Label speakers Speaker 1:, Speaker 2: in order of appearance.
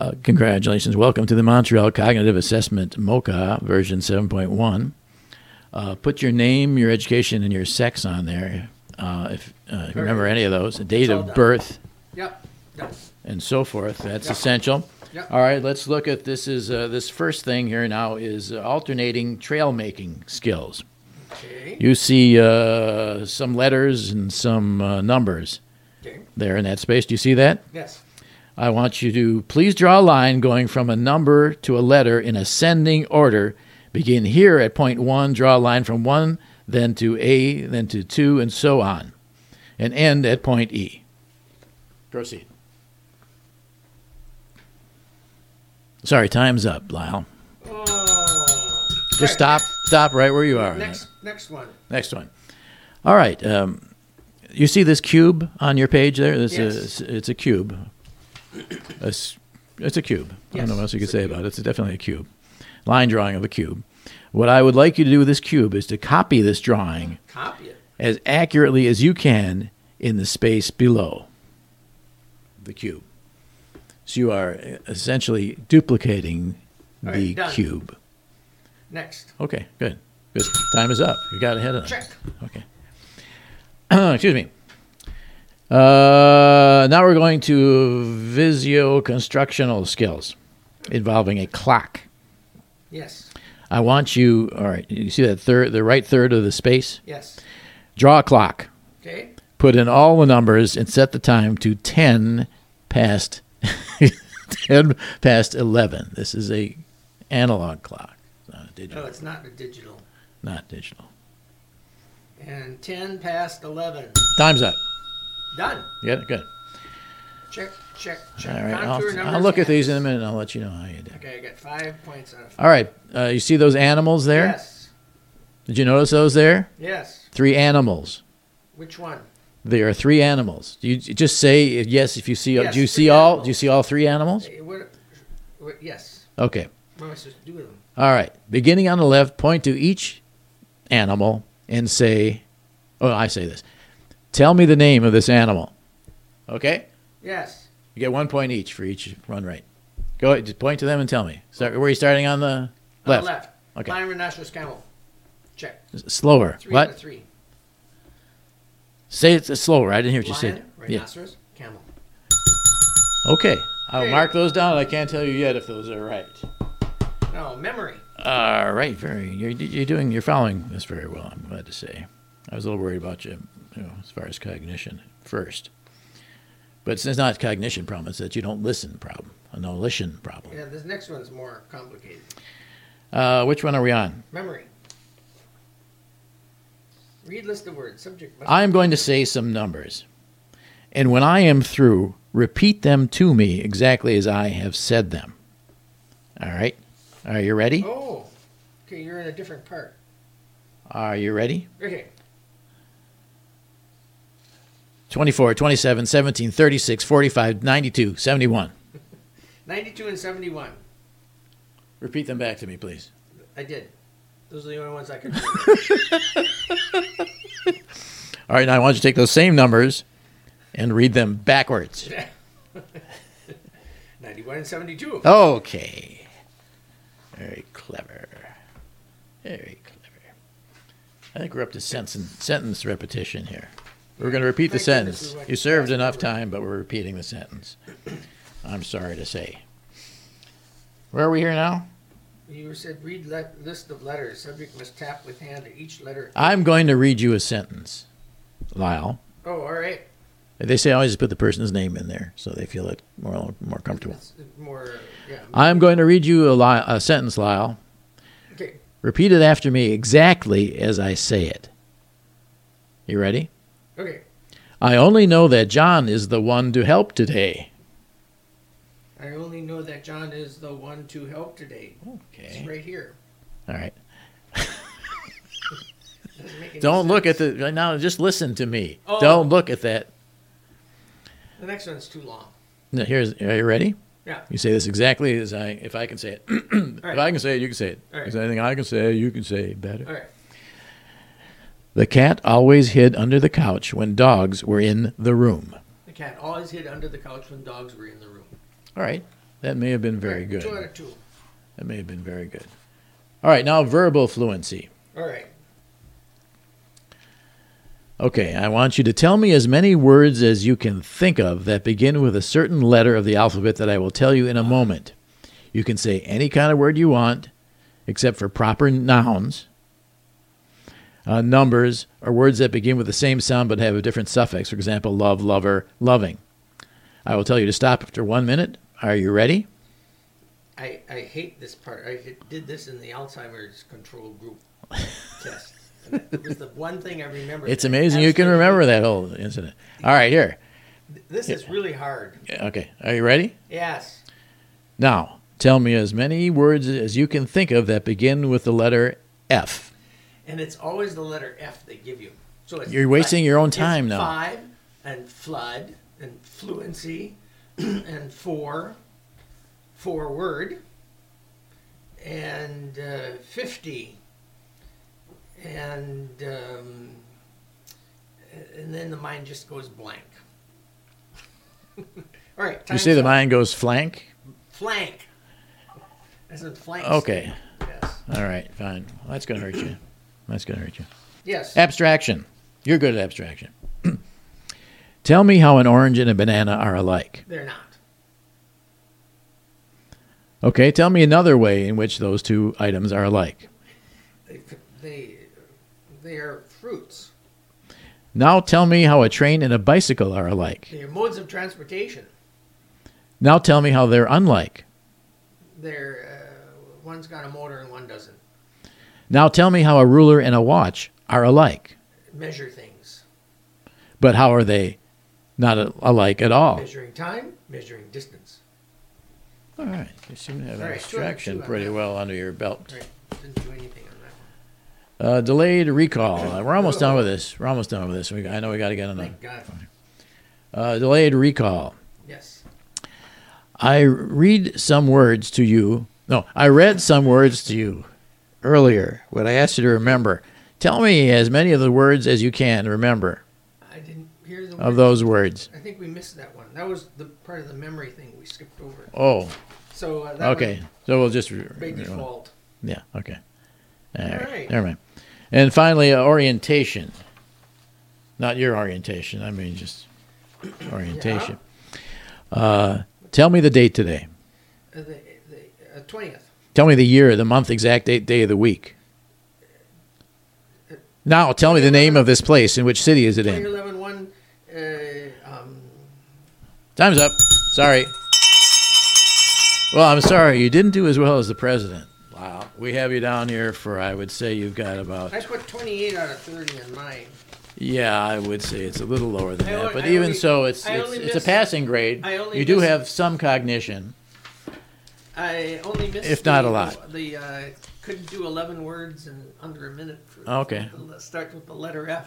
Speaker 1: Uh, congratulations. Welcome to the Montreal Cognitive Assessment MOCA version 7.1. Uh, put your name, your education, and your sex on there. Uh, if, uh, if you remember any of those, date
Speaker 2: all
Speaker 1: of
Speaker 2: done.
Speaker 1: birth,
Speaker 2: Yep. Yep.
Speaker 1: and so forth. That's
Speaker 2: Yeah.
Speaker 1: essential.
Speaker 2: Yeah.
Speaker 1: All right, let's look at this. Is uh, this first thing here now is uh, alternating trail making skills.
Speaker 2: Okay.
Speaker 1: You see uh, some letters and some uh, numbers
Speaker 2: Okay.
Speaker 1: there in that space. Do you see that?
Speaker 2: Yes.
Speaker 1: I want you to please draw a line going from a number to a letter in ascending order. Begin here at point one, draw a line from one, then to A, then to two, and so on, and end at point E. Proceed. Sorry, time's up, Lyle.
Speaker 2: Oh.
Speaker 1: Just stop, stop right where you are. on
Speaker 2: Next. Next one.
Speaker 1: that. Next one. All right. Um, you see this cube on your page there? This
Speaker 2: Yes.
Speaker 1: is, it's a cube. A s- it's a cube. I don't know
Speaker 2: Yes,
Speaker 1: what else you could
Speaker 2: it's a
Speaker 1: say about it. It's definitely a cube. Line drawing of a cube. What I would like you to do with this cube is to copy this drawing
Speaker 2: Copy it.
Speaker 1: as accurately as you can in the space below the cube. So you are uh, essentially duplicating
Speaker 2: All
Speaker 1: the
Speaker 2: right, done.
Speaker 1: cube.
Speaker 2: Next.
Speaker 1: Okay, good. Because time is up. You got ahead of them.
Speaker 2: Check.
Speaker 1: Okay. Excuse me. Uh, now we're going to visio constructional skills involving a clock.
Speaker 2: Yes.
Speaker 1: I want you. All right. You see that third, the right third of the space.
Speaker 2: Yes.
Speaker 1: Draw a clock.
Speaker 2: Okay.
Speaker 1: Put in all the numbers and set the time to ten past ten past eleven. This is a analog clock, not a
Speaker 2: No,
Speaker 1: digital.
Speaker 2: it's not the digital.
Speaker 1: Not digital.
Speaker 2: And ten past eleven.
Speaker 1: Time's up.
Speaker 2: Done.
Speaker 1: Yeah, good.
Speaker 2: Check. Check.
Speaker 1: All
Speaker 2: Check.
Speaker 1: right,
Speaker 2: Contour
Speaker 1: I'll,
Speaker 2: numbers
Speaker 1: I'll look at
Speaker 2: and-
Speaker 1: these in a minute. and I'll let you know how you did.
Speaker 2: Okay, I got five points out of five.
Speaker 1: All right, uh, you see those animals there?
Speaker 2: Yes.
Speaker 1: Did you notice those there?
Speaker 2: Yes.
Speaker 1: Three animals.
Speaker 2: Which one?
Speaker 1: There are three animals. Do you j- just say uh, yes if you see?
Speaker 2: Yes,
Speaker 1: do you
Speaker 2: three
Speaker 1: see all?
Speaker 2: animals.
Speaker 1: Do you see all three animals?
Speaker 2: Eh, What, what, yes.
Speaker 1: Okay.
Speaker 2: What am I supposed to do with them?
Speaker 1: All right. Beginning on the left, point to each animal and say, "Oh, I say this. Tell me the name of this animal." Okay.
Speaker 2: Yes.
Speaker 1: You get one point each for each run right. Go ahead, just point to them and tell me. Start, where are you starting on the
Speaker 2: On the
Speaker 1: left?
Speaker 2: left.
Speaker 1: Okay.
Speaker 2: Lion, rhinoceros, camel. Check.
Speaker 1: S- Slower.
Speaker 2: Three
Speaker 1: what?
Speaker 2: out of three.
Speaker 1: Say it slower. I didn't hear what you said.
Speaker 2: Lion,
Speaker 1: Yeah.
Speaker 2: rhinoceros, camel.
Speaker 1: Okay. I'll
Speaker 2: Hey.
Speaker 1: mark those down. I can't tell you yet if those are right.
Speaker 2: No, memory.
Speaker 1: All right. Very. You're, you're doing. You're following this very well. I'm glad to say. I was a little worried about you, you know, as far as cognition first. But it's it's not cognition problem. It's that you don't listen problem. A no listen problem.
Speaker 2: Yeah, this next one's more complicated.
Speaker 1: Uh, which one are we on?
Speaker 2: Memory. Read list of words. Subject. must-
Speaker 1: I am going to say some numbers. And when I am through, repeat them to me exactly as I have said them. All right. Are you ready?
Speaker 2: Oh. Okay, you're in a different part.
Speaker 1: Are you ready?
Speaker 2: Okay.
Speaker 1: 24, 27, 17, 36, 45, 92, 71.
Speaker 2: 92 and 71.
Speaker 1: Repeat them back to me, please.
Speaker 2: I did. Those are the only ones I could. remember.
Speaker 1: All right, now I want you to take those same numbers and read them backwards.
Speaker 2: 91 and 72.
Speaker 1: Okay. Very clever. Very clever. I think we're up to sentence, sentence repetition here. We're going to repeat the
Speaker 2: Thank goodness
Speaker 1: sentence.
Speaker 2: we went
Speaker 1: You served
Speaker 2: fast
Speaker 1: enough
Speaker 2: forward.
Speaker 1: time, but we're repeating the sentence. I'm sorry to say. Where are we here now?
Speaker 2: You said read le- list of letters. Subject must tap with hand at each letter.
Speaker 1: I'm going to read you a sentence, Lyle.
Speaker 2: Oh, all right.
Speaker 1: They say always put the person's name in there so they feel it more more comfortable.
Speaker 2: It's more, yeah.
Speaker 1: I'm going to read you a, li- a sentence, Lyle.
Speaker 2: Okay.
Speaker 1: Repeat it after me exactly as I say it. You ready?
Speaker 2: Okay.
Speaker 1: I only know that John is the one to help today.
Speaker 2: I only know that John is the one to help today. It's
Speaker 1: Okay.
Speaker 2: right here.
Speaker 1: All right.
Speaker 2: Doesn't make any
Speaker 1: Don't look at
Speaker 2: sense.
Speaker 1: the right now. Just listen to me.
Speaker 2: Oh.
Speaker 1: Don't look at that.
Speaker 2: The next one's too long.
Speaker 1: No, here's. Are you ready?
Speaker 2: Yeah.
Speaker 1: You say this exactly as I. If I can say it. If I can say it, you can say it.
Speaker 2: All right.
Speaker 1: If there's anything I can say, you can say it better.
Speaker 2: All right.
Speaker 1: The cat always hid under the couch when dogs were in the room.
Speaker 2: The cat always hid under the couch when dogs were in the room.
Speaker 1: All right. That may have been very
Speaker 2: Right,
Speaker 1: good.
Speaker 2: Two out of two.
Speaker 1: That may have been very good. All right, now verbal fluency.
Speaker 2: All right.
Speaker 1: Okay, I want you to tell me as many words as you can think of that begin with a certain letter of the alphabet that I will tell you in a moment. You can say any kind of word you want, except for proper nouns, uh, numbers, or words that begin with the same sound but have a different suffix. For example, love, lover, loving. I will tell you to stop after one minute. Are you ready?
Speaker 2: I, I hate this part. I hit- did this in the Alzheimer's control group test. And it was the one thing I remember.
Speaker 1: It's amazing you can remember that whole incident. All right, here.
Speaker 2: This is really hard.
Speaker 1: Yeah, Okay, are you ready?
Speaker 2: Yes.
Speaker 1: Now, tell me as many words as you can think of that begin with the letter F.
Speaker 2: And it's always the letter F they give you. So it's
Speaker 1: You're wasting your own
Speaker 2: it's
Speaker 1: time now.
Speaker 2: Five and flood and fluency and four, forward, and uh, fifty, and um, and then the mind just goes blank. All right.
Speaker 1: You
Speaker 2: time's
Speaker 1: say the
Speaker 2: up.
Speaker 1: mind goes flank?
Speaker 2: flank. As in flanks.
Speaker 1: Okay,
Speaker 2: Yes.
Speaker 1: all right, fine. Well, that's going to hurt you. That's going to hurt you.
Speaker 2: Yes.
Speaker 1: Abstraction. You're good at abstraction. tell me how an orange and a banana are alike.
Speaker 2: They're not.
Speaker 1: Okay, tell me another way in which those two items are alike.
Speaker 2: They they they are fruits.
Speaker 1: Now tell me how a train and a bicycle are alike.
Speaker 2: They're modes of transportation.
Speaker 1: Now tell me how they're unlike.
Speaker 2: They're, uh, one's got a motor and one doesn't.
Speaker 1: Now tell me how a ruler and a watch are alike,
Speaker 2: Measure things.
Speaker 1: but how are they not a- alike at all?
Speaker 2: Measuring time, measuring distance.
Speaker 1: All right, you seem to have
Speaker 2: All right, two out of
Speaker 1: abstraction
Speaker 2: two on
Speaker 1: pretty
Speaker 2: that.
Speaker 1: well under your belt.
Speaker 2: Right. Didn't do anything on that one.
Speaker 1: Uh, delayed recall. Uh, we're almost done with this. We're almost done with this. We, I know we got to get another.
Speaker 2: Thank God.
Speaker 1: Uh, delayed recall.
Speaker 2: Yes.
Speaker 1: I read some words to you. No, I read some words to you earlier when I asked you to remember. Tell me as many of the words as you can remember
Speaker 2: I didn't hear the.
Speaker 1: of
Speaker 2: word.
Speaker 1: those words.
Speaker 2: I think we missed that one. That was the part of the memory thing we skipped over.
Speaker 1: Oh,
Speaker 2: So uh, that
Speaker 1: okay. So we'll just. re-
Speaker 2: was by default.
Speaker 1: Yeah. Okay. All right.
Speaker 2: right.
Speaker 1: Never mind. And finally, uh, orientation. Not your orientation. I mean, just orientation. Uh, tell me the date today.
Speaker 2: Uh, the the twentieth.
Speaker 1: Tell me the year, the month, exact date, day of the week. Now, tell me the name of this place. In which city is it
Speaker 2: Twenty
Speaker 1: in?
Speaker 2: eleven one. Uh, um,
Speaker 1: Time's up. Sorry. Well, I'm sorry. You didn't do as well as the president. Wow. We have you down here for, I would say, you've got about
Speaker 2: I put twenty eight out of thirty in mine.
Speaker 1: Yeah, I would say it's a little lower than
Speaker 2: I
Speaker 1: that,
Speaker 2: only-
Speaker 1: but
Speaker 2: I
Speaker 1: even
Speaker 2: only-
Speaker 1: so, it's
Speaker 2: I
Speaker 1: it's,
Speaker 2: only
Speaker 1: it's a
Speaker 2: missed-
Speaker 1: passing grade.
Speaker 2: I only
Speaker 1: You do
Speaker 2: missed-
Speaker 1: have some cognition.
Speaker 2: I only missed.
Speaker 1: If not
Speaker 2: the-
Speaker 1: a lot.
Speaker 2: The uh, couldn't do eleven words in under a minute. For
Speaker 1: Okay.
Speaker 2: Start with the letter F.